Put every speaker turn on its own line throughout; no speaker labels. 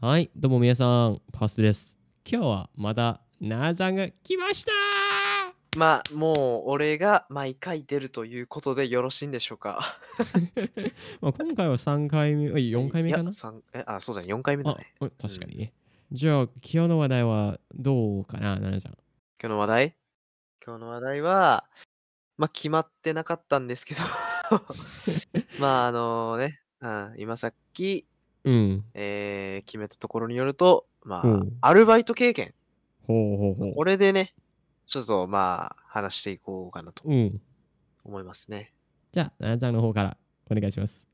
はい、どうも皆さん、パスです。今日はまた、なーちゃんが来ました
まあ、もう俺が毎回出るということでよろしいんでしょうか。
ーまあ今回は3回目、あ4回目か
い
な
や三えあ、そうだね、4回目だ
あ
ね。、
うん確かにね。じゃあ、今日の話題はどうかな、なーちゃん。
今日の話題今日の話題は、まあ、決まってなかったんです けど、まあ、あのね、うん、今さっき、
うん。
えー決めたところによると、ま
う
あ
ん、
アルバイト経験、
ほうほうほう。
これでね、ちょっとまあ、話していこうかなと
うん。
思いますね。
じゃあ、なーちゃんの方からお願いします。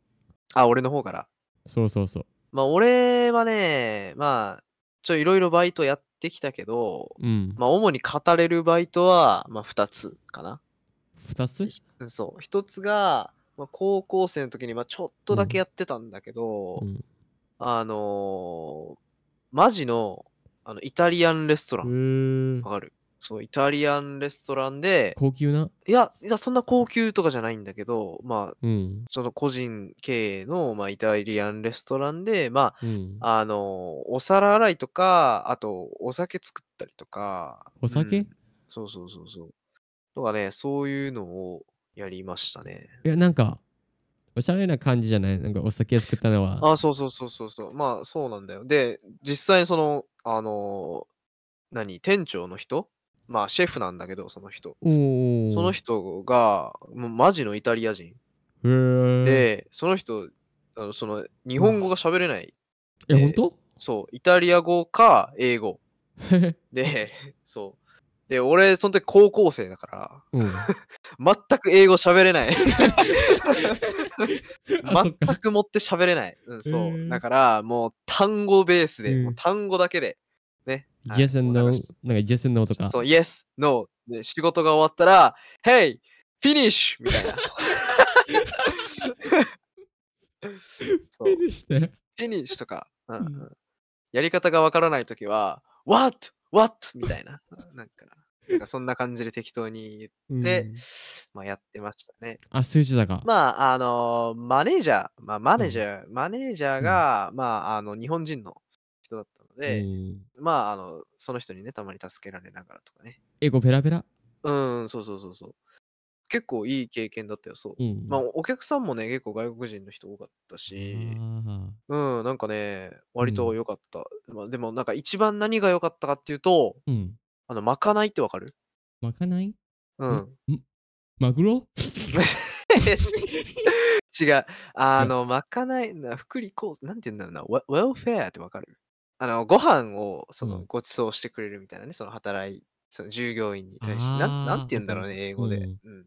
あ、俺の方から。
そうそうそう。
まあ、俺はね、まあ、ちょ、いろいろバイトやってきたけど、
うん。
まあ、主に語れるバイトは、まあ、2つかな。
2つ
うんそう。1つが、まあ、高校生の時に、まあ、ちょっとだけやってたんだけど、
うん。
あのーマジの、あの、イタリアンレストラ
え
ン。わかるそう、イタリアンレストランで、
高級ない
や、いや、そんな高級とかじゃないんだけど、まあ、
うん。
その個人経営の、まあ、イタリアンレストランで、ま
うん。
あ、あのーお皿洗いとか、あと、お酒作ったりとか。
お酒
うんそうそうそうそう。とかね、そういうのをやりましたね。
いや、なんか、おしゃれな感じじゃないなんかお酒作ったのは。
あ、そうそうそうそうそう。まあ、そうなんだよ。で、実際その、あのー何、店長の人まあ、シェフなんだけど、その人。
おー
その人が、もうマジのイタリア人。
へー、
で、その人、あのその、日本語が喋れない。
え、
え
本当
そう、イタリア語か英語。で、 そう。で、俺、その時高校生だから、
うん。
全く英語喋れない。
あそっ
全
か
くもって喋れない。うん、そう。
へー
だから、もう単語ベースで、
うん
もう単語だけで、ね。はい
Yes
も
and
う
no
なんかし
なんか Yes and no とか。
そう、Yes, No で、仕事が終わったら、Hey, finish! みた いな。そう
でして。
finish とか、うん
うん
うんやり方がわからないときは、What? What? みたいな。なんか、なんかそんな感じで適当に言って、
うん
まあ、やってましたね。
あ、数字だか。
まあ、あのーマネージャー、まあ、マネージャー、マネージャーが、まあ、あの、日本人の人だったの
う
で、
ん
まあ、あの、その人にね、たまに助けられながらとかね。
英語ペラペラ。
うん、そうそうそうそう。結構いい経験だったよ、そう。
うん
まあ、お客さんもね、結構外国人の人多かったし、
あ
うん、なんかね、割と良かった。まあ、でも、なんか一番何が良かったかっていうと、
ーうん。
あの、まかないってわかる
まかない
うん。
マグロ
違う。あの、まかない、な福利厚生、なんて言うんだろうな、ウェウェルフェアってわかるあの、ご飯をそうの
ん
ご馳走してくれるみたいなね、その働い、その従業員に対して、なんな
あー
んて言うんだろうね、英語で。
うん
うん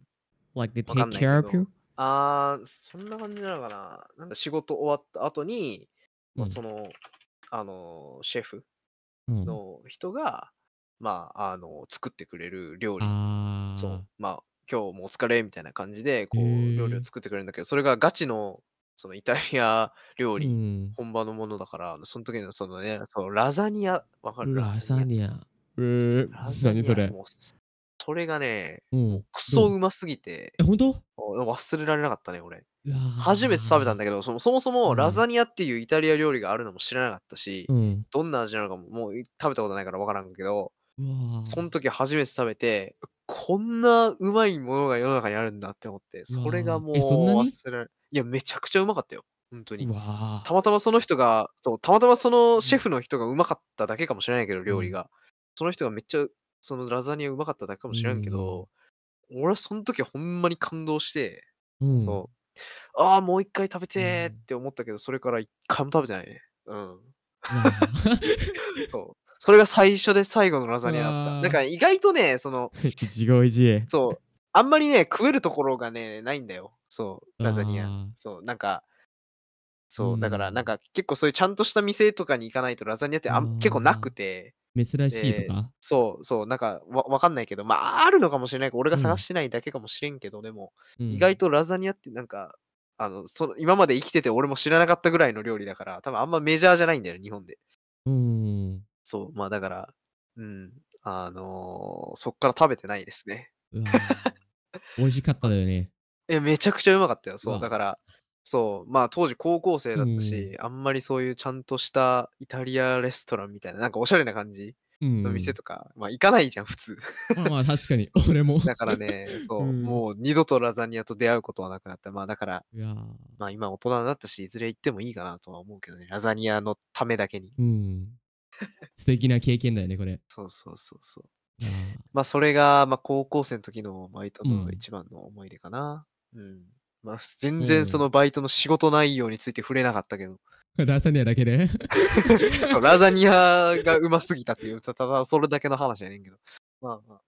?Like they
わか
take
んないけど
care of you?
あー、そんな感じなのかな。なんか仕事終わった後に、まあ
うん
その、あの、シェフ
うん
の人が、まあ、あの、作ってくれる料理。
あー
そう。まあ、今日もお疲れみたいな感じで、こ
へ
う、
ー
料理を作ってくれるんだけど、それがガチの、そのイタリア料
う
理、
ん。
本場のものだから、その時のそのね、そのラザニア、わかる
ラザニア。えー
ラザニア
何それ
もうそれがね、
うん。
ク
ど
ソ
う
うますぎて、
え、本当
忘れられなかったね、俺。初
初
めて食べたん
け
だけど、そもそもそも
うん
ラザニアっていうイタリア料理があるのも知らなかったし、
うん。
どんな味なのかももう食べたことないからわからんけど、
うわー
その時初めて食べて、こんなうまいものが世の中にあるんだって思って、
うわー
それがもう
えそんなに
忘れられいや、めちゃくちゃうまかったよ。本当
う
に。
わ
たまたまその人が、そう、たまたまそのシェフの人がうまかっただけかもしれないけど、料理が。その人がめっちゃ、そのラザニアうまかっただけかもしれんけど、俺はその時ほんまに感動して、
うん
そう、ああ、もう一回食べてー
う
っ
ん
て思ったけど、それから一回も食べてないね。うん。
うわー
そう。それが最初で最後のラザニアだっ
うわ
た。
ー
なんか意外とね、その、
一期一会。
そう。あんまりね、食えるところがね、ないんだよ。そう、ラザニ
あ
ア
ー。
そう、なんか、そう、だから、
うん
なんか、結構そういうちゃんとした店とかに行かないとラザニアってあ
あー
ん結構なくて、
珍しいとか、
そう、そう、なんかわ、わかんないけど、まあ、あるのかもしれないけど俺が
うん
探してないだけかもしれんけど、でも、
うん
意外とラザニアってなんか、あの、その、今まで生きてて俺も知らなかったぐらいの料理だから、多分あんまメジャーじゃないんだよね、日本で。
うんう
そう、まあ、だから、うん、あのーそっから食べてないですね。
わー美味しかっただよね
え、めちゃくちゃうまかったよ。
う
そ
わ
う、だから、そう、まあ当時高校生だったし、あんまりそういうちゃんとしたイタリアレストランみたいな、なんかおしゃれな感じ
うん
の店とか、まあ行かないじゃん、普通。
まあまあ確かに 俺も
だからね、そう、
うん
もう二度とラザニアと出会うことはなくなった。まあだから、
いやー
まあ今大人になったし、いずれ行ってもいいかなとは思うけどね、ラザニアのためだけに。
うん素敵な経験だよねこれ
そうそうそうそう。
いやー
まあそれが、まあ高校生の時のバイト
う
の
ん
一番の思い出かな。うん。まあふ全
う
然
ん
そのバイトの仕事内容について触れなかったけど、
ラザニアだけで
そうラザニアがうますぎたっていう、ただただそれだけの話やねんけど。まあまあ。